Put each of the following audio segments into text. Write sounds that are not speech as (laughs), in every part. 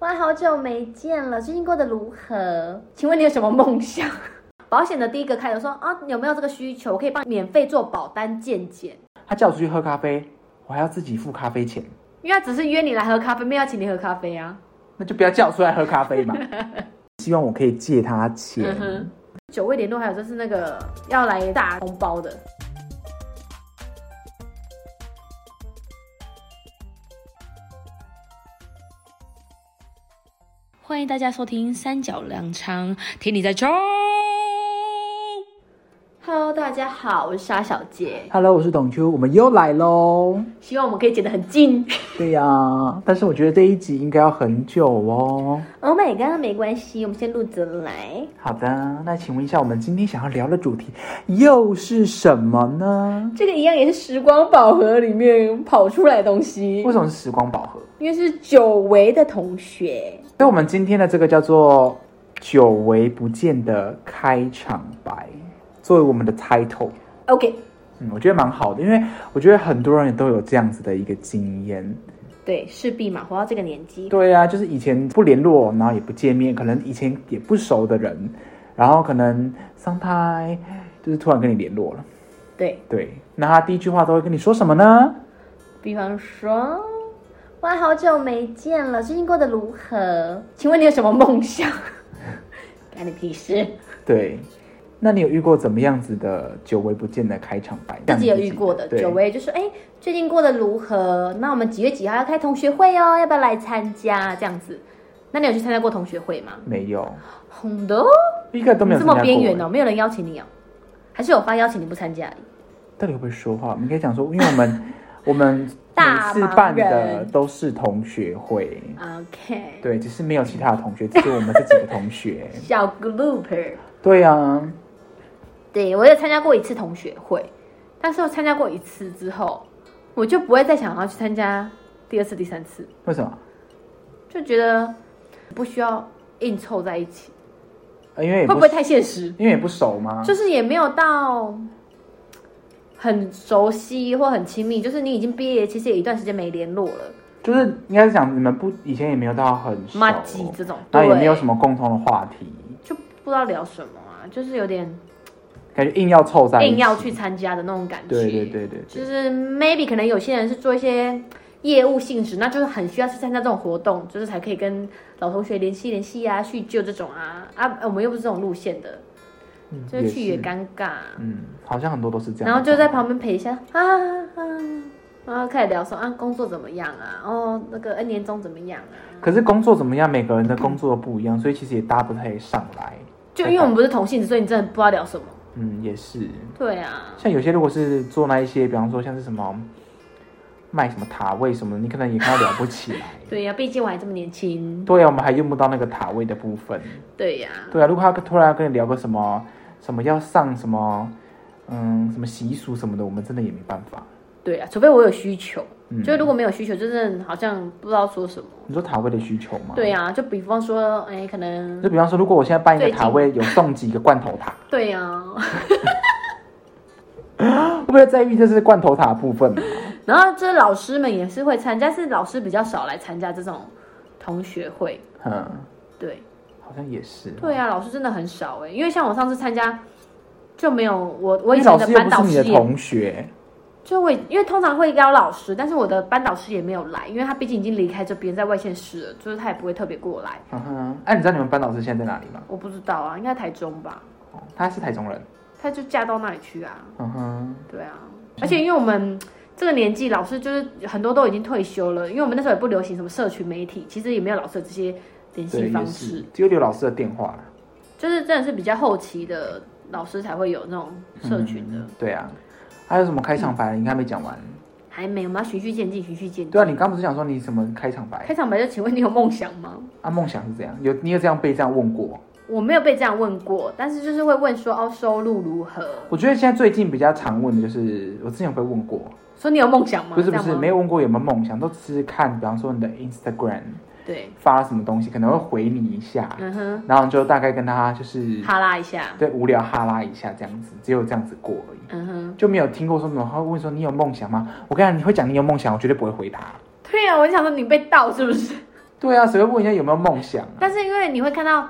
哇，好久没见了，最近过得如何？请问你有什么梦想？ (laughs) 保险的第一个开头说啊，有没有这个需求？我可以帮你免费做保单健检，他叫我出去喝咖啡，我还要自己付咖啡钱，因为他只是约你来喝咖啡，没有请你喝咖啡啊。那就不要叫我出来喝咖啡 (laughs) 嘛。希望我可以借他嗯钱。哼，九位联络还有就是那个要来大红包的，欢迎大家收听《三角粮仓》，听你在冲。 Hello，大家好，我是沙小姐， Hello，我是董秋，我们又来喽。希望我们可以剪得很近。对呀、但是我觉得这一集应该要很久哦。 Oh my god，没关系，我们先录着来。好的，那请问一下，我们今天想要聊的主题又是什么呢？这个一样也是时光宝盒里面跑出来的东西为，什么是时光宝盒？因为是久违的同学。所以，我们今天的这个叫做“久违不见”的开场白，作为我们的 title。 OK，嗯，我觉得蛮好的，因为我觉得很多人也都有这样子的一个经验。对，势必嘛，活到这个年纪，对啊，就是以前不联络，然后也不见面，可能以前也不熟的人，然后可能 sometime 就是突然跟你联络了。对对，那他第一句话都会跟你说什么呢？比方说，哇，好久没见了，最近过得如何？请问你有什么梦想？ (laughs) 干你屁事！对，那你有遇过怎么样子的久违不见的开场白？自己有遇过的对久违，就是哎、最近过得如何？那我们几月几号要开同学会哦？要不要来参加？这样子，那你有去参加过同学会吗？没有，红的哦，一个都没有这么参加过边缘哦，欸没有人邀请你哦，还是有发邀请你不参加而已？到底会不会说话？我们可以讲说，因为我们我们 (laughs) 大每次忙办的人都是同学会， OK，对，只是没有其他的同学，只是我们这几个同学。小 grouper，对啊，对我有参加过一次同学会，但是我参加过一次之后，我就不会再想要去参加第二次、第三次，为什么？就觉得不需要硬凑在一起，呃因为也啊会不会太现实？因为也不熟吗？就是也没有到很熟悉或很亲密，就是你已经毕业，其实也一段时间没联络了，就是应该是讲你们不以前也没有到很熟，骂鸡这种，然对，后哦也没有什么共同的话题，就不知道聊什么啊，就是有点感觉硬要凑在一起硬要去。参加的那种感觉。对对对对对，就是 maybe 可能有些人是做一些业务性质，那就是很需要去参加这种活动，就是才可以跟老同学联系联系啊，叙旧这种啊啊，我们又不是这种路线的，嗯就是去也是尴尬。嗯，好像很多都是这样。哦然后就在旁边陪一下啊啊，然后开始聊说啊工作怎么样啊，哦那个恩年终怎么样啊？可是工作怎么样？每个人的工作都不一样，所以其实也搭不太上来。就因为我们不是同性子，所以你真的不知道聊什么。嗯，也是。对啊，像有些如果是做那一些，比方说像是什么卖什么塔位什么的，你可能也跟他聊不起 (laughs) 来。对呀、毕竟我还这么年轻。对呀、啊，我们还用不到那个塔位的部分。对呀、对啊，如果他突然要跟你聊个什么什么要上什么，嗯，什么习俗什么的，我们真的也没办法。对啊呀、除非我有需求，嗯就如果没有需求，就是好像不知道说什么。你说塔位的需求吗？对、呀、就比方说，哎，可能就比方说，如果我现在办一个最近塔位，有送几个罐头塔，对啊呀、会不会在意这是罐头塔的部分啊？ (laughs) 然后这老师们也是会参加，但是老师比较少来参加这种同学会。嗯，对，好像也是。对啊，老师真的很少哎、因为像我上次参加就没有我我以前因为老的师又班不导是你师的也同学，就会，因为通常会邀老师，但是我的班导师也没有来，因为他毕竟已经离开这边，在外县市了，就是他也不会特别过来。嗯哼，哎、你知道你们班导师现在在哪里吗？我不知道啊，应该台中吧，哦他是台中人。他就嫁到那里去啊，嗯哼，对啊，而且因为我们。这个年纪，老师就是很多都已经退休了，因为我们那时候也不流行什么社群媒体，其实也没有老师的这些联系对，也方是式，，只有刘老师的电话啦。就是真的是比较后期的老师才会有那种社群的。嗯对啊，还有什么开场白？你看没讲完。还没，我们要循序渐进，循序渐进。对啊，你刚不是讲说你什么开场白？开场白就请问你有梦想吗？啊，梦想是怎样？有你有这样被这样问过？我没有被这样问过，但是就是会问说哦，收入如何？我觉得现在最近比较常问的就是，我之前有被问过，说你有梦想吗？不是不这是，样吗没有问过有没有梦想，都只是看，比方说你的 Instagram 对，发了什么东西，可能会回你一下，嗯哼，然后你就大概跟他就是哈拉一下，对无聊哈拉一下这样子，只有这样子过而已，嗯哼，就没有听过说什么他会问说你有梦想吗？我跟你讲，你会讲你有梦想，我绝对不会回答。对啊，我就想说你被盗是不是？对啊，谁会问人家有没有梦想啊？但是因为你会看到，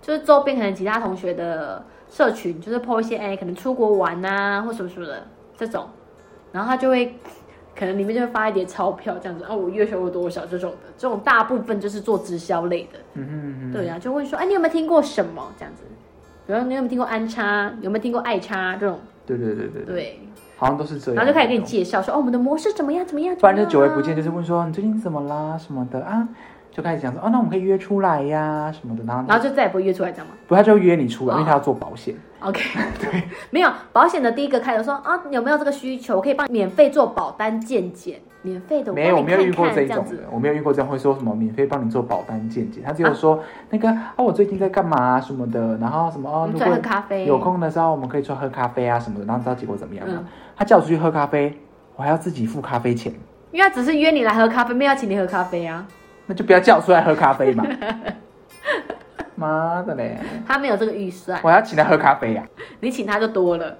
就是周边可能其他同学的社群，就是 po 一些哎、可能出国玩啊或什么什么的这种，然后他就会可能里面就会发一叠钞票这样子，哦，我月收入多少这种的，这种大部分就是做直销类的，嗯哼嗯哼对啊，就问说，哎、你有没有听过什么这样子？比如说你有没有听过安插，有没有听过爱插这种？对对对对对，对，好像都是这样。然后就开始给你介绍说，哦，我们的模式怎么样怎么样，啊不然就久违不见，就就是问说你最近怎么啦什么的啊，就开始讲说哦，那我们可以约出来呀什么的，然后然后就再也不会约出来，这样吗？不他就约你出来，哦因为他要做保险。 OK，没有保险的第一个开头说啊，有没有这个需求，我可以帮你免费做保单健检，免费的，没有，我我帮你没有遇过看看这样种子的，我没有遇过这样会说什么免费帮你做保单见解，他只有说、那个啊我最近在干嘛、什么的，然后什么我哦们如出来嗯果喝咖啡，有空的时候我们可以出来喝咖啡啊什么的，然后知道结果怎么样嘛。嗯他叫我出去喝咖啡，我还要自己付咖啡钱，因为他只是约你来喝咖啡，没有要请你喝咖啡啊，那就不要叫我出来喝咖啡 (laughs) 嘛。妈的嘞，他没有这个预算，我还要请他喝咖啡呀、啊你请他就多了。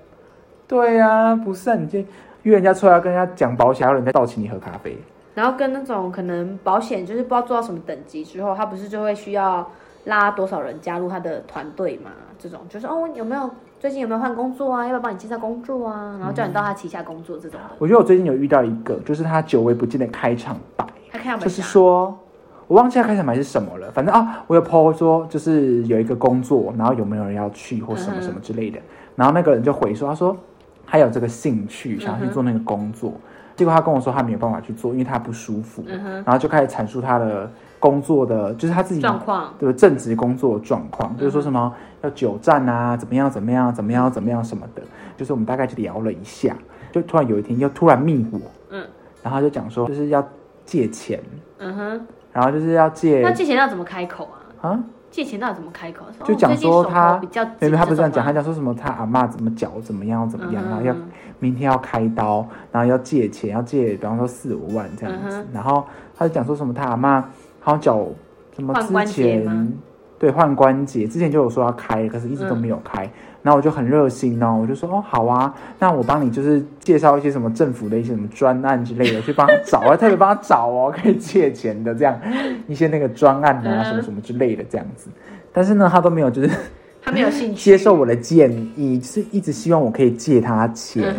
对呀、不是、啊、你这约人家出来跟人家讲保险，还有人家倒请你喝咖啡。然后跟那种可能保险就是不知道做到什么等级之后，他不是就会需要拉多少人加入他的团队嘛？这种就是哦，有没有最近有没有换工作啊？要不要帮你介绍工作啊？然后叫你到他旗下工作这种的。我觉得我最近有遇到一个，就是他久违不见的开场白。他看到没？就是说，我忘记他开场白是什么了，反正啊，我有 PO 说，就是有一个工作，然后有没有人要去或什么什么之类的，嗯然后那个人就回说，他说他有这个兴趣，想要去做那个工作，结果他跟我说他没有办法去做，因为他不舒服，嗯哼然后就开始阐述他的工作的，就是他自己状况，对正职工作的状嗯况，就是说什么要久站啊，怎么样怎么样怎么样怎么样什么的，就是我们大概就聊了一下，就突然有一天又突然密我，嗯，然后他就讲说就是要借钱，嗯哼。然后就是要借那借钱要怎么开口啊？啊，借钱到底怎么开口？说就哦讲最近说手头他比较没紧有他不是这样讲，他种吗讲说什么他阿嬷怎么脚怎么样怎么样，嗯然后要明天要开刀，然后要借钱，要借比方说四五万这样子，嗯然后他就讲说什么他阿嬷好像脚什么换关之节吗前对换关节，之前就有说要开，可是一直都没有开，嗯然后我就很热心哦，我就说哦好啊，那我帮你就是介绍一些什么政府的一些什么专案之类的，去帮他找，我还特别帮他找哦，可以借钱的这样一些那个专案啊嗯什么什么之类的这样子，但是呢他都没有就是。他没有兴趣，接受我的建议，就是一直希望我可以借他钱嗯。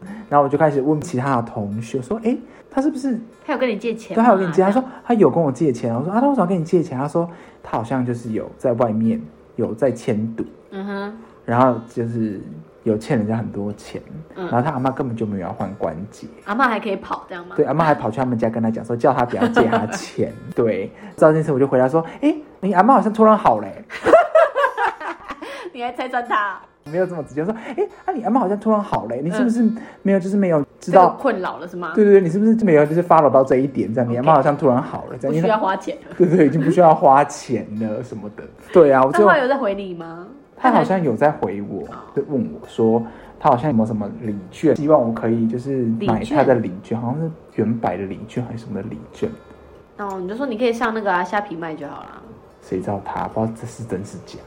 哼然后我就开始问其他的同学说：“哎，他是不是他有跟你借钱对吗，他有跟你借？”他啊说：“他有跟我借钱。”我说：“啊，他为什么要跟你借钱？”他说：“他好像就是有在外面有在迁赌，嗯哼，然后就是有欠人家很多钱，嗯然后他阿妈根本就没有要换关节。”阿嬷还可以跑这样吗？对，阿妈还跑去他们家跟他讲说，叫他不要借他 (laughs) 钱。对，知道这件事我就回答说，哎、你阿妈好像突然好嘞、你还拆穿他，没有这么直接说，哎、啊你阿妈好像突然好嘞、嗯你是不是没有就是没有知这个道困扰了是吗？对对对，你是不是没有就是 follow 到这一点？这样，你啊 OK 阿妈好像突然好了，这不样，因需为要她花钱了。对对，已经不需要花钱了什么 (laughs) 的。对啊，我他就后来有在回你吗？他好像有在回我，就问我说，他好像有没有什么礼券，希望我可以就是买礼券他的礼券，好像是原百的礼券还是什么的礼券，哦，你就说你可以上那个啊虾皮卖就好了，谁知道他不知道这是真是假，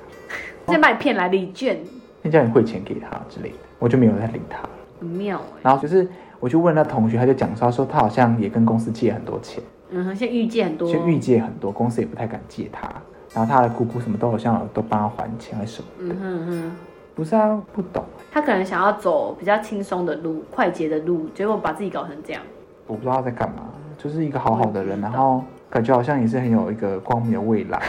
再把你骗来礼券，先叫你汇钱给他之类的，我就没有再理他了。很妙哎。然后就是我去问那同学，他就讲说，他说他好像也跟公司借很多钱。嗯哼，现在遇见很多，就预借很多，公司也不太敢借他。然后他的姑姑什么都好像有都帮他还钱还是什么？嗯哼嗯哼。不是啊，不懂，他可能想要走比较轻松的路、快捷的路，结果把自己搞成这样。我不知道他在干嘛，就是一个好好的人，我也不然知道后感觉好像也是很有一个光明的未 (laughs) 来。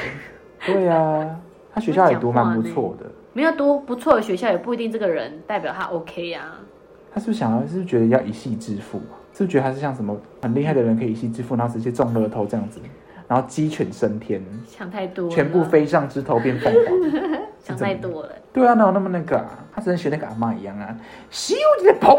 对啊，他学校也读蛮不错的。没有读不错的学校，也不一定这个人代表他 OK 啊。他是不是想要？是不是觉得要一夕致富啊？是不是觉得他是像什么很厉害的人可以一夕致富，然后直接中乐透这样子，然后鸡犬升天，想太多了，全部飞上枝头变凤凰？想太多了，对啊，哪有那么那个啊？他只能学那个阿妈一样啊，咻一个砰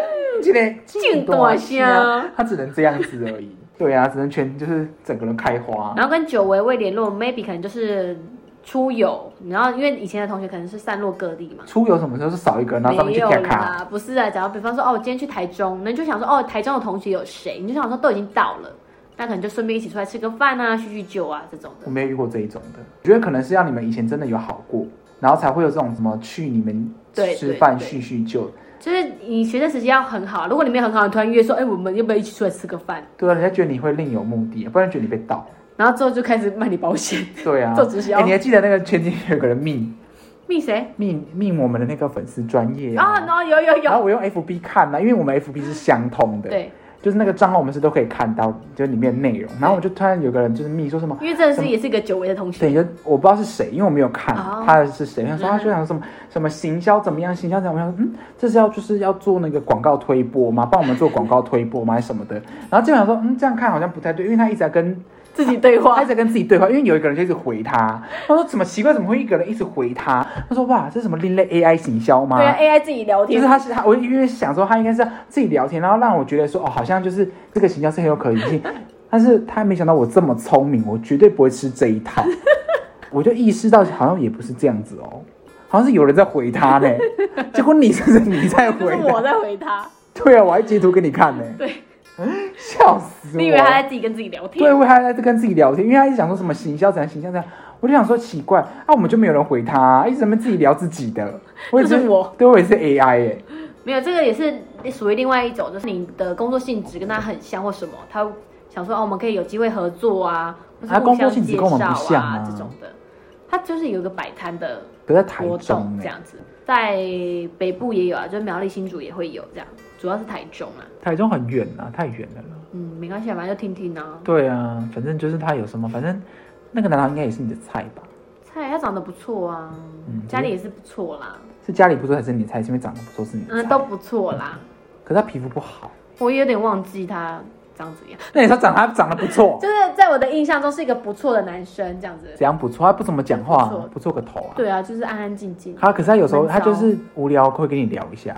一个进大啊声。啊他只能这样子而已。对啊，只能全就是整个人开花。然后跟久违未联络，maybe 可能就是出游，然后因为以前的同学可能是散落各地嘛。出游什么时候是少一个，然后他们没去有卡卡。啦，不是啊。假如比方说，哦，我今天去台中，那你就想说，哦，台中的同学有谁？你就想说都已经到了，那可能就顺便一起出来吃个饭啊，叙叙旧啊这种我的。没有遇过这一种的，我觉得可能是要你们以前真的有好过，然后才会有这种什么去你们对吃饭对对叙叙旧。就是你学生时期要很好，如果你没有很好，你突然约说，哎，我们要不要一起出来吃个饭？对啊，人家觉得你会另有目的，不然觉得你被盗。然后之后就开始卖你保险，对啊，做直销哎你还记得那个前几天有个人命 (laughs) 密谁？命命我们的那个粉丝专业啊，然后有有然有，后我用 FB 看啊呢、因为我们 FB 是相通的，，对，就是那个账号我们是都可以看到，就是里面的内容。然后我就突然有个人就是密说什么，因为真的是也是一个久违的同学对，，就我不知道是谁，因为我没有看哦他是谁。他说他就想什么什么行销怎么样，行销怎么样？嗯，这是要就是要做那个广告推播吗？帮我们做广告推播吗？还是什么的？然后就想说，嗯，这样看好像不太对，因为他一直在跟自己对 (laughs) 他话一直，在跟自己对话，因为有一个人就一直回他，他说怎么奇怪，怎么会一个人一直回他？他说哇，这是什么另类 AI 行销吗？对啊，AI 自己聊就天是，他是他，我因为想说他应该是自己聊天，然后让我觉得说哦，好像就是这个形象是很有可能性，但是他没想到我这么聪明，我绝对不会吃这一套， (laughs) 我就意识到好像也不是这样子哦，好像是有人在回他呢， (laughs) 结果你是你在就回是我他，在回 (laughs) 他，对啊，我还截图给你看呢，对，笑死我，你以为他在自己跟自己聊对，天？我还在跟自己聊天，因为他一直讲说什么行销怎样，行销怎样，我就想说奇怪，啊，我们就没有人回他、啊一直在那边自己聊自己的，我也这是我，对我也是 AI 哎、没有，这个也是属于另外一种，就是你的工作性质跟他很像或什么，他想说哦，我们可以有机会合作啊，或啊是互工作相性质介跟我们绍不像啊这种的，他就是有一个摆摊的不在台活中动哎、这样子，在北部也有啊，就是苗栗、新竹也会有这样，主要是台中啊。台中很远啊，太远了啦嗯，没关系啊，反正就听听啊。对啊，反正就是他有什么，反正那个男孩应该也是你的菜吧？菜他长得不错啊，嗯家里也是不错啦，是家里不错还是你的菜？是因为长得不错是你的嗯，菜？都不错啦。可是他皮肤不好。我有点忘记他长怎样，那你说长他长得不错，就是在我的印象中是一个不错的男生这样子。怎样不错？他不怎么讲话不错，不错个头啊。对啊，就是安安静静。他可是他有时候闷骚他就是无聊会跟你聊一下，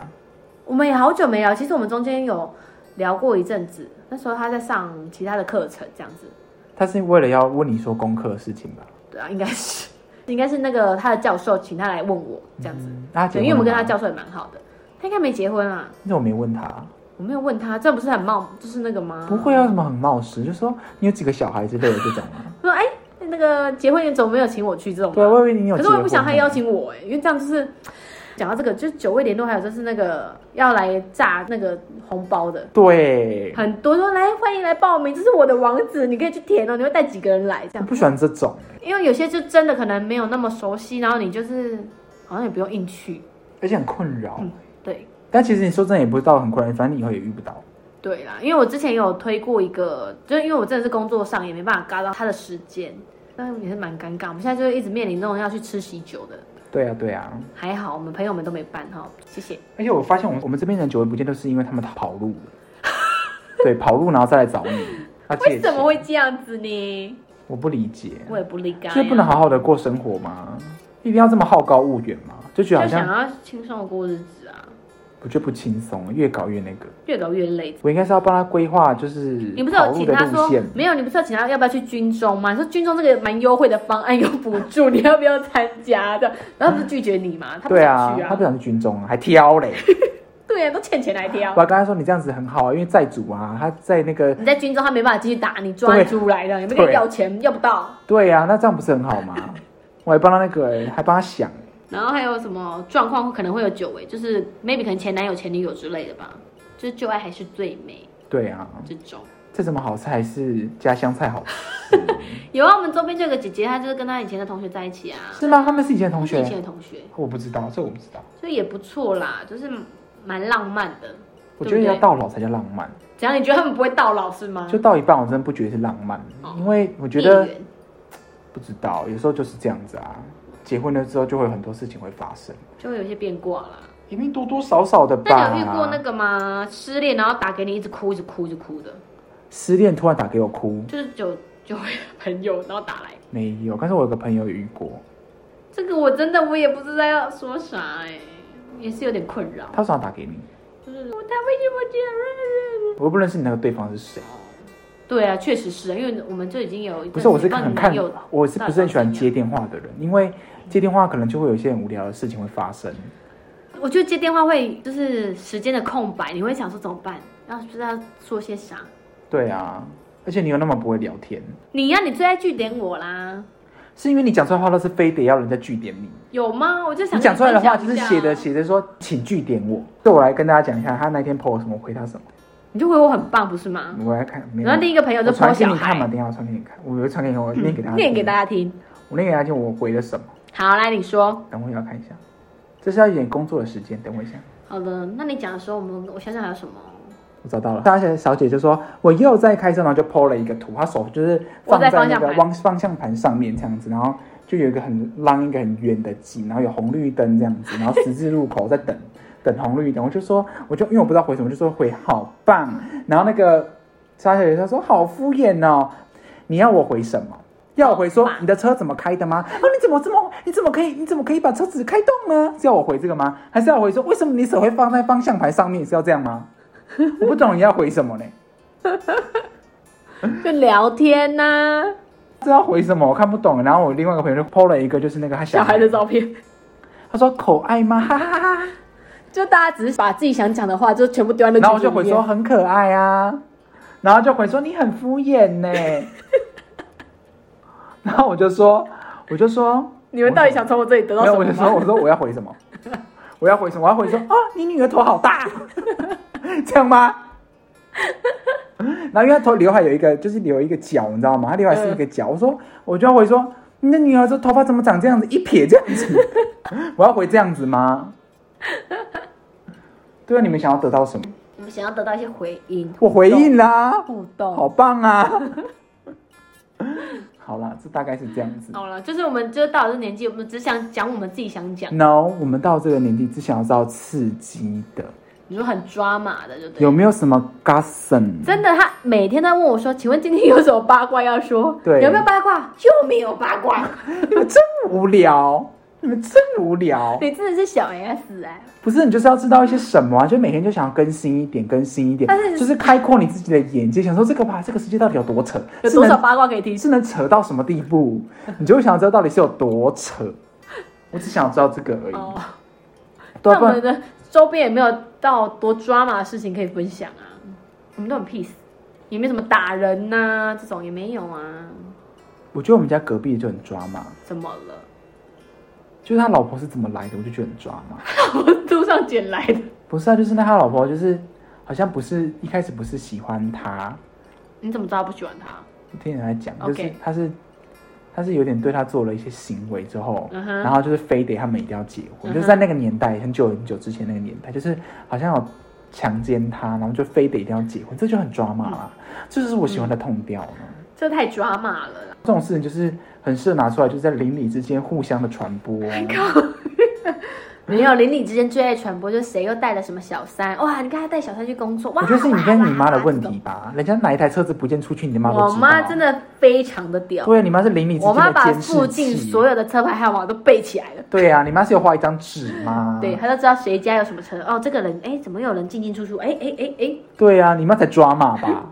我们也好久没聊，其实我们中间有聊过一阵子，那时候他在上其他的课程这样子。他是为了要问你说功课的事情吧？对啊，应该是， (laughs) 应该是那个他的教授请他来问我这样子。嗯，那他对，结婚因为我们了跟他吗，教授也蛮好的，他应该没结婚啊，你怎么没问他？我没有问他，这不是很冒，就是那个吗？不会啊，有什么很冒失？就说你有几个小孩之类的这种啊？我说哎、那个结婚你怎么没有请我去这种吗？对啊，我以为你有可结是婚呢。我也不想他邀请我哎、因为这样就是讲到这个，就是九位联络，还有就是那个要来炸那个红包的，对，很多说来欢迎来报名，这是我的网址，你可以去填哦。你会带几个人来这我样？不喜欢这种。因为有些就真的可能没有那么熟悉，然后你就是好像也不用硬去，而且很困扰。嗯对。但其实你说真的也不知道很困扰，反正你以后也遇不到。对啦，因为我之前有推过一个，就是因为我真的是工作上也没办法嘎到他的时间，那也是蛮尴尬。我们现在就一直面临这种要去吃喜酒的，对啊，对啊。还好我们朋友们都没办哈，谢谢。而且我发现我们我们这边人久而不见，都是因为他们跑 (laughs) 路了。对，跑路然后再来找你，他借为什钱么，会这样子呢？我不理解，我也不理解、啊所以不能好好的过生活吗？一定要这么好高骛远吗？就觉得好就想像要轻松地过日子啊，我觉得不轻松，越搞越那个。越搞越累。我应该是要帮他规划，就是你不是跑有路请的他路说线。没有？你不是有请他要不要去军中吗？你说军中这个蛮优惠的方案有补助，你要不要参加的？然后他不是拒绝你吗？他不对想啊去，他不想去军中啊，还挑嘞。对啊，都欠钱来挑我。还跟他说你这样子很好啊，因为债主啊，他在那个你在军中，他没办法继续打你，抓你出来的，有没有跟你要钱？要不到。对呀、啊，那这样不是很好吗？ (laughs) 我还帮他那个、欸，还帮他想、然后还有什么状况可能会有久违，就是 maybe 可能前男友、前女友之类的吧，就是旧爱还是最美对啊，这种。这什么好菜还是家乡菜好吃？ (laughs) 有啊，我们周边就有个姐姐，她就是跟她以前的同学在一起啊，是吗？他们是以前的同是以学？前的同学，我不知道，这我不知道。所以也不错啦，就是蛮浪漫的。我觉得对不对要到老才叫浪漫，只要你觉得他们不会到老是吗？就到一半我真的不觉得是浪漫，啊哦因为我觉得孽缘不知道，有时候就是这样子啊。结婚了之后就会有很多事情会发生，就会有一些变卦啦。一定多多少少的吧。那你有遇过那个吗？失恋然后打给你一直哭一直哭一直哭的，失恋突然打给我哭？就是九九位的朋友然后打来。没有，但是我有个朋友也遇过，这个我真的我也不知道要说啥哎、也是有点困扰。他为什么要打给你？就是我他为什么这样？我又不认识你那个对方是谁。对啊，确实是啊，因为我们就已经有一不是，我是很很看有，我是不是很喜欢接电话的人？因为接电话可能就会有一些很无聊的事情会发生。我觉得接电话会就是时间的空白，你会想说怎么办？然后不知道说些啥。对啊，而且你又那么不会聊天，你啊呀、你最爱据点我啦，是因为你讲出来的话都是非得要人家据点你。有吗？我就想你讲出来的话就是跟你分享写一下着写着说，请据点我。对我来跟大家讲一下，他那天 PO 什么，我回他什么。你就回我很棒，不是吗？我来看，没有然后另一个朋友就我 po 传给小你看嘛，孩，嗯等一下我传给你看，我有传给你，我念给大家，念给大，家听。我念给大家听，我回了什么？好，来你说。等我一下看一下，这是要一点工作的时间，等我一下。好的，那你讲的时候，我们我想想还有什么？我找到了，大姐小姐就说：“我又在开车，然后就 PO 了一个图，她手就是放握在方那向个盘方方向盘上面这样子，然后就有一个很浪一个很远的景，然后有红绿灯这样子，然后十字路口在等等红绿灯，我就说我就因为我不知道回什么，我就说回好棒，然后那个小姐姐她说好敷衍哦，你要我回什么？”要我回说好棒你的车怎么开的吗？哦，你怎么这么你怎么可以你怎么可以把车子开动呢？是要我回这个吗？还是要我回说为什么你手会放在方向盘上面？是要这样吗？我不懂你要回什么呢？就聊天呐、这要回什么？我看不懂。然后我另外一个朋友就 PO 了一个，就是那个他小孩的的照 (laughs) 片，他说口爱吗？哈哈哈哈。就大家只是把自己想讲的话，就全部丢在那。然后我就回说，很可爱啊，然后就回说你很敷衍呢。 (laughs) 然后我就说，我就说，你们到底想从我这里得到没什有，么我吗？就说，我说我要回 (laughs) 什么？我要回什么？我要回说，哦，你女儿头好大， (laughs) 这样吗？ (laughs) 然后因为她头刘海有一个，就是留一个角，你知道吗？她刘海是一个嗯角。我说，我就要回说，你的女儿这头发怎么长这样子，一撇这样子？ (laughs) 我要回这样子吗？对啊，你们想要得到什么？我们想要得到一些回应，我回应啦，互好动。棒啊！ (laughs) 好啦，这大概是这样子。好了，就是我们就是到了这年纪，我们只想讲我们自己想讲， No，我们到这个年纪，只想要知道刺激的。你说很抓马的，就对。有没有什么 gossip？真的，他每天都问我说：“请问今天有什么八卦要说？对哦有没有八卦？就没有八卦。 (laughs) 你们真无聊，你们真无聊。你真的是小 S 哎、不是，你就是要知道一些什么啊？就每天就想要更新一点，更新一点但，是就是开阔你自己的眼界，想说这个吧，这个世界到底有多扯，有是多少能八卦可以提出？是能扯到什么 (laughs) 地步？你就会想知道到底是有多扯。我只想知道这个而已。哦，对啊，那不我然们的周边也没有到多抓马的事情可以分享啊，我们都很 peace，也没什么打人呐、这种也没有啊，我觉得我们家隔壁就很抓嘛，怎么了？ (laughs) 就是他老婆是怎么来的，我就觉得很抓嘛。我路上捡来的，不是啊，就是那他老婆就是好像不是一开始不是喜欢他，你怎么知道他不喜欢他？我听人来讲，就 OK 是他是他是有点对他做了一些行为之后嗯哼然后就是非得他们一定要结婚嗯哼就是在那个年代很久很久之前那个年代，就是好像有强奸他，然后就非得一定要结婚，这就很抓马啦，嗯这就是我喜欢的痛调呢。这太抓马了啦，这种事情就是很适合拿出来，就是在邻里之间互相的传播。啊 (laughs) 没有邻里之间最爱传播，就是谁又带了什么小三？哇，你看他带小三去工作，哇，我觉得是你哇跟哇你妈的哇问这种题 (laughs) 吧，人家哪一台车子不见出去，你的妈都知道。我妈真的非常的屌，对，你妈是邻里之我间妈的把监视器。附近所有的车牌号码都背起来了。对啊，你妈是有画一张纸吗？对，她就知道谁家有什么车哦，这个人哎，怎么有人进进出出？哎哎哎哎，对啊，你妈才抓马 (laughs) 吧？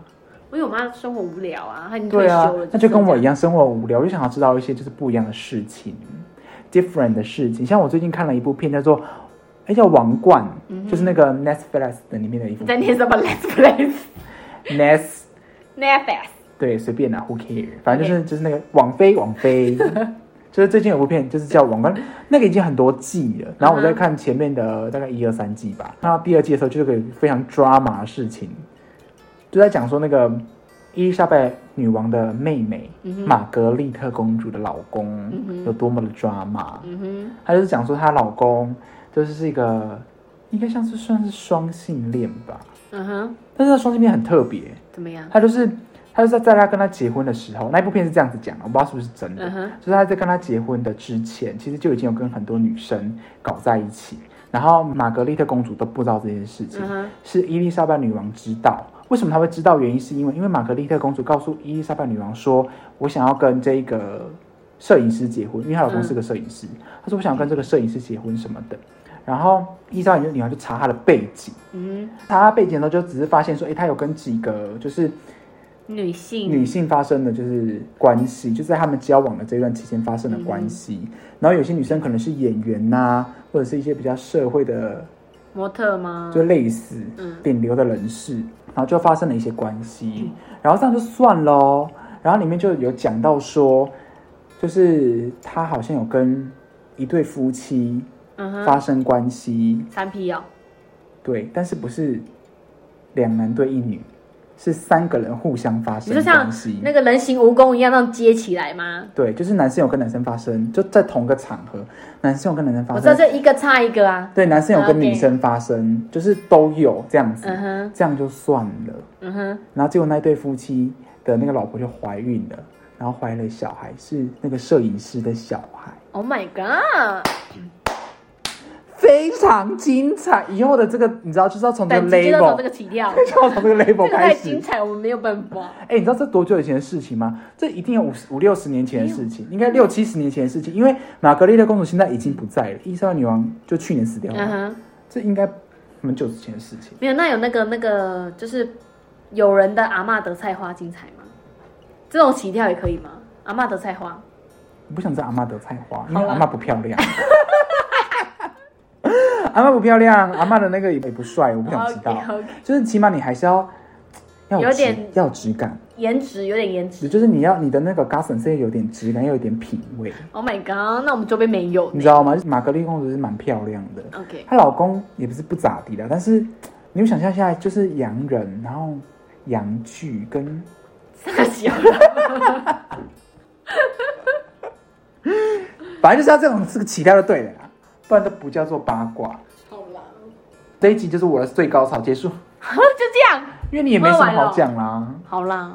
因为我妈生活无聊啊，她已经退对休啊了，，那就跟我一样。样，生活无聊，我就想要知道一些就是不一样的事情，different 的事情。像我最近看了一部片，叫做哎叫《王冠》，就是那个 Netflix 的里面的一嗯部你在念什么 Let's Play (laughs) Net， Netflix？对，随便啦、w h o care，反正就是就是那个王菲，王菲。就是最近有部片，就是叫《王冠》，那个已经很多季了。然后我在看前面的大概一二三季吧，看到第二季的时候，就是个非常 drama 的事情，就在讲说那个伊丽莎白女王的妹妹、玛格丽特公主的老公、有多么的 drama。嗯哼，她就是讲说她老公就是是一个应该像是算是双性恋吧，嗯哼，但是她双性恋很特别，怎么样？他就是他就是在他跟他结婚的时候，那一部片是这样子讲的，啊我不知道是不是真的，嗯哼，就是他在跟他结婚的之前，其实就已经有跟很多女生搞在一起，然后玛格丽特公主都不知道这件事情，嗯哼，是伊丽莎白女王知道。为什么她会知道？原因是因为因为玛格丽特公主告诉伊丽莎白女王说：“我想要跟这个摄影师结婚，因为她老公是个摄影嗯师。她说：“我想要跟这个摄影师结婚什么的。”然后伊丽莎白女王就查她的背景，嗯哼，查她背景的时候就只是发现说：“诶，她有跟几个就是女性，女性发生的就是关系，就在他们交往的这段期间发生的关系。嗯然后有些女生可能是演员呐、或者是一些比较社会的，模特吗？就类似嗯顶流的人士，然后就发生了一些关系，然后这样就算喽。然后里面就有讲到说，就是他好像有跟一对夫妻嗯哼，发生关系，三 P 哦，对，但是不是两男对一女，是三个人互相发你生就像关系。那个人形蜈蚣一样，那样接起来吗？对，就是男生有跟男生发生，就在同个场合，男生有跟男生发我知道生，这一个差一个啊。对，男生有啊跟，OK 女生发生，就是都有这样子，嗯哼，这样就算了。嗯哼，然后结果那对夫妻的那个老婆就怀孕了，然后怀了小孩，是那个摄影师的小孩， Oh my god！非常精彩。以后的这个你知道，就是要从这个本集就到 (laughs) label，这 (laughs) 个起跳，就要从这这个 label 个开太始精。彩，我们没有办法。哎、你知道这多久以前的事情吗？这一定有五十五六十年前的事情，应该六七十年前的事情。因为玛格丽特公主现在已经不在了，伊莎贝女王就去年死掉了，嗯哼，这应该蛮久之前的事情。没有，那有那个那个，就是有人的阿嬷得菜花精彩吗？这种起跳也可以吗？阿嬷得菜花，我不想在阿妈得菜花，因好啊为啦阿妈不漂亮。阿妈不漂亮，阿妈的那个也不帅，我不想知道。 o k 就是起码你还是要要有有质点要有质感，颜值有点颜值。就是你要你的那个 g a s o n 是有点质感，要有点品味， Oh my god！那我们周边没有你呢。知道吗？玛格丽公主是蛮漂亮的， OK，她老公也不是不咋地的，但是你有想象下来就是洋人，然后洋剧跟傻小反正就是要这种这个起调就对了啦，不然都不叫做八卦。 (laughs) 好啦，这一集就是我的最高潮结束， (laughs) 哦就这样。因为你也没什么好讲啦。好啦，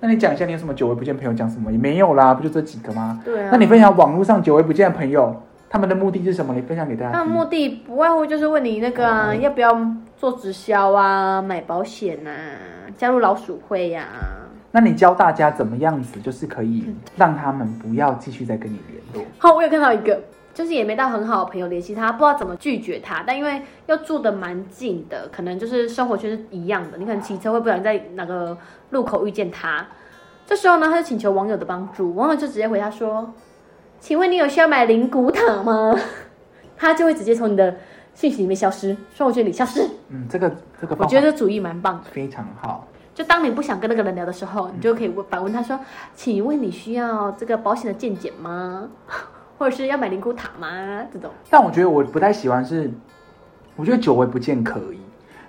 那你讲一下你有什么久违不见朋友讲什么？也没有啦，不就这几个吗？对啊。那你分享网络上久违不见的朋友，他们的目的是什么？你分享给大那家听。目的不外乎就是问你那个、哦啊要不要做直销啊，买保险呐、啊，加入老鼠会呀、那你教大家怎么样子，就是可以让他们不要继续再跟你联络。好，我有看到一个，就是也没到很好的朋友联系他，不知道怎么拒绝他，但因为又住的蛮近的，可能就是生活圈是一样的，你可能骑车会不小心在哪个路口遇见他，这时候呢，他就请求网友的帮助，网友就直接回他说：“请问你有需要买灵骨塔吗？” (laughs) 他就会直接从你的讯息里面消失，说我觉得你消失，嗯，这个这个我方觉法得这主意蛮棒的。非常好。就当你不想跟那个人聊的时嗯候，你就可以问反问他说：“请问你需要这个保险的健检吗？ (laughs) 或者是要买灵骨塔吗？”这种但我觉得我不太喜欢是，我觉得久违不见可以。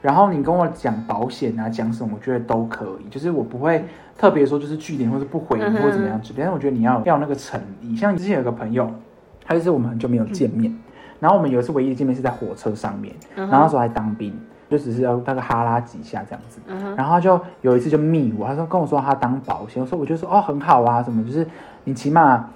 然后你跟我讲保险啊，讲什么，我觉得都可以。就是我不会特别说就是据点或者不回嗯应哼或者怎么样之类。但是我觉得你要要有那个诚意。像之前有个朋友，他就是我们很久没有见面，然后我们有一次唯一的见面是在火车上面，嗯哼然后那时候还当兵，就只是要大概哈拉几下这样子。嗯哼，然后他就有一次就密我，他说跟我说他当保险，我说我就说哦很好啊，什么就是你起码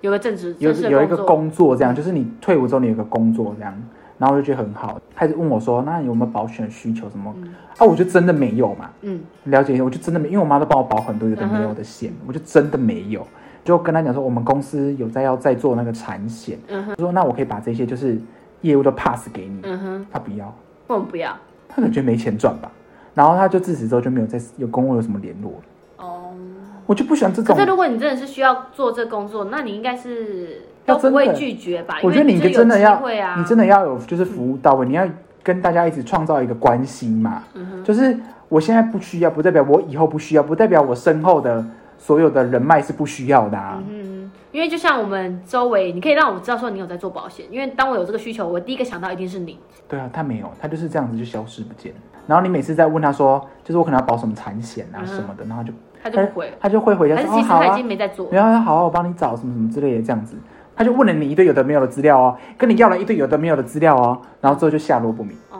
有个正职有正式的有一个作工作这样，就是你退伍之后你有个工作这样，然后我就觉得很好，开始问我说那有没有保险需求什么、嗯啊？我就真的没有嘛，嗯了解一下，我就真的没，因为我妈都帮我保很多有的没有的险，我就真的没有，就跟他讲说我们公司有在要在做那个产险，嗯哼我说那我可以把这些就是业务都 pass 给你，嗯哼，他不要，不能不要他可能觉得没钱赚吧，然后他就自此之后就没有再有跟我有什么联络了，哦。我就不喜欢这种可是如果你真的是需要做这工作，那你应该是要都真不的会拒绝吧？我觉得因为你就真的要有机会啊，你真的的要有就是服务到位，你要跟大家一直创造一个关系嘛。嗯哼就是我现在不需要，不代表我以后不需要，不代表我身后的所有的人脉是不需要的啊。嗯，因为就像我们周围，你可以让我知道说你有在做保险，因为当我有这个需求，我第一个想到一定是你。对啊，他没有，他就是这样子就消失不见。然后你每次在问他说，就是我可能要保什么产险啊嗯什么的，然后就他就不回了，他就会回答还是说哦其实好他已啊经，没在做了？然后他说好啊，我帮你找什么什么之类的这样子。他就问了你一堆有的没有的资料哦，跟你要了一堆有的没有的资料哦，然后之后就下落不明。哦，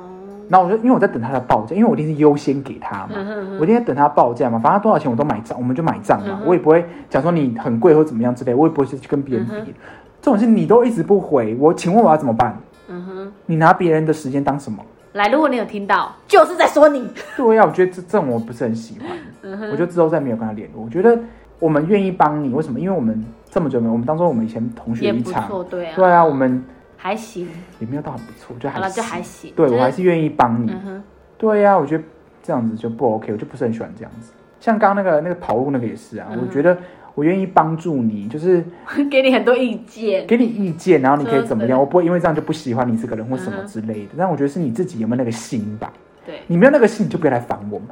然后我就因为我在等他的报价，因为我一定是优先给他嘛，嗯哼嗯哼我一定在等他报价嘛，反正他多少钱我都买账，我们就买账嘛，嗯哼我也不会讲说你很贵或怎么样之类，我也不会去跟别人比。嗯哼这种事你都一直不回，我请问我要怎么办？嗯哼。你拿别人的时间当什么？来，如果你有听到，就是在说你。对啊呀、我觉得这这种我不是很喜欢，嗯哼我就之后再没有跟他联络。我觉得我们愿意帮你，为什么？因为我们这么久没有，我们当做我们以前同学也一不场，错，对啊，对啊，我们还行，也没有到很不错，就好还了，行就还行。对就我还是愿意帮你。嗯哼，对呀、我觉得这样子就不 OK，我就不是很喜欢这样子。像刚刚那个那个跑路那个也是啊，嗯哼我觉得我愿意帮助你，就是 (laughs) 给你很多意见。给你意见，然后你可以怎么真样，的我不会因为这样就不喜欢你这个人或什么嗯哼之类的。但我觉得是你自己有没有那个心吧，对，你没有那个心，你就不要来烦我们。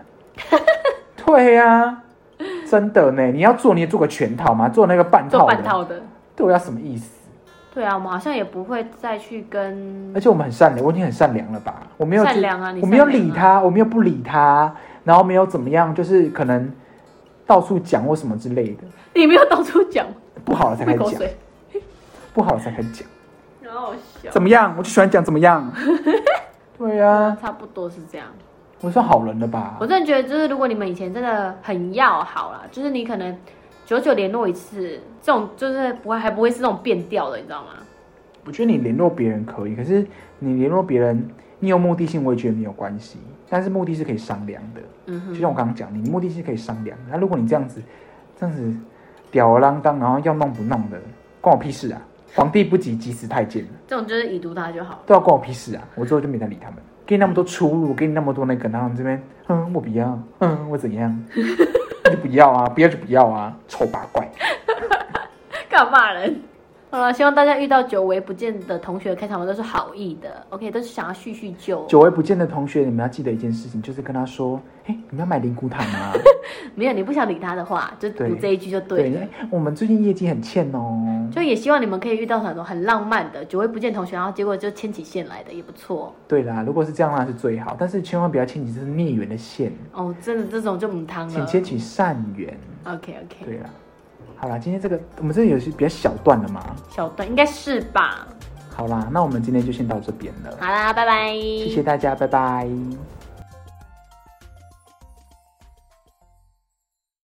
(laughs) 对呀、 (laughs) 真的呢，你要做你也做个全套嘛，做那个半做套的，半套的，对我要什么意思？对啊，我们好像也不会再去跟而且我们很善良，我已经很善良了吧？我没有善良啊，你我没有善良理啊，他，我没有不理他，然后没有怎么样，就是可能到处讲或什么之类的，你没有到处讲，不好了才开喂始口讲，水，不好了才开始讲，然后笑，怎么样？我就喜欢讲怎么 (laughs) 样。对呀、啊，差不多是这样。我算好人了吧我？真的觉得，就是如果你们以前真的很要好啦，就是你可能久久联络一次，这种就是不会还不会是那种变调的，你知道吗？我觉得你联络别人可以，可是你联络别人，你有目的性，我也觉得没有关系。但是目的是可以商量的，嗯哼就，像我刚刚讲，你目的是可以商量的。那如果你这样子，这样子吊儿郎当，然后要弄不弄的，关我屁事啊！皇帝不急急死太监。这种就是已读他就好了。都要关我屁事啊！我之后就没再理他们，给你那么多出入，给你那么多那个，然后你这边，嗯，我不要，嗯，我怎样， (laughs) 那就不要啊，不要就不要啊，臭八怪。 (laughs) 干嘛人？好了，希望大家遇到久违不见的同学，开场白都是好意的，OK，都是想要叙叙旧，久违不见的同学，你们要记得一件事情，就是跟他说，哎、你们要买灵骨塔吗？没有你不想理他的话，就读对这一句就 (laughs) 对了。诶我们最近业绩很欠哦。就也希望你们可以遇到很多很浪漫的久违不见同学，然后结果就牵起线来的也不错对啦，如果是这样那是最好，但是千万不要牵起这是孽缘的线，哦。真的这种就母汤请了。牵起善缘。 OK OK，对啦，好啦，今天这个我们这里有些比较小段了嘛，小段应该是吧？好啦，那我们今天就先到这边了，好啦，拜拜。谢谢大家，拜拜。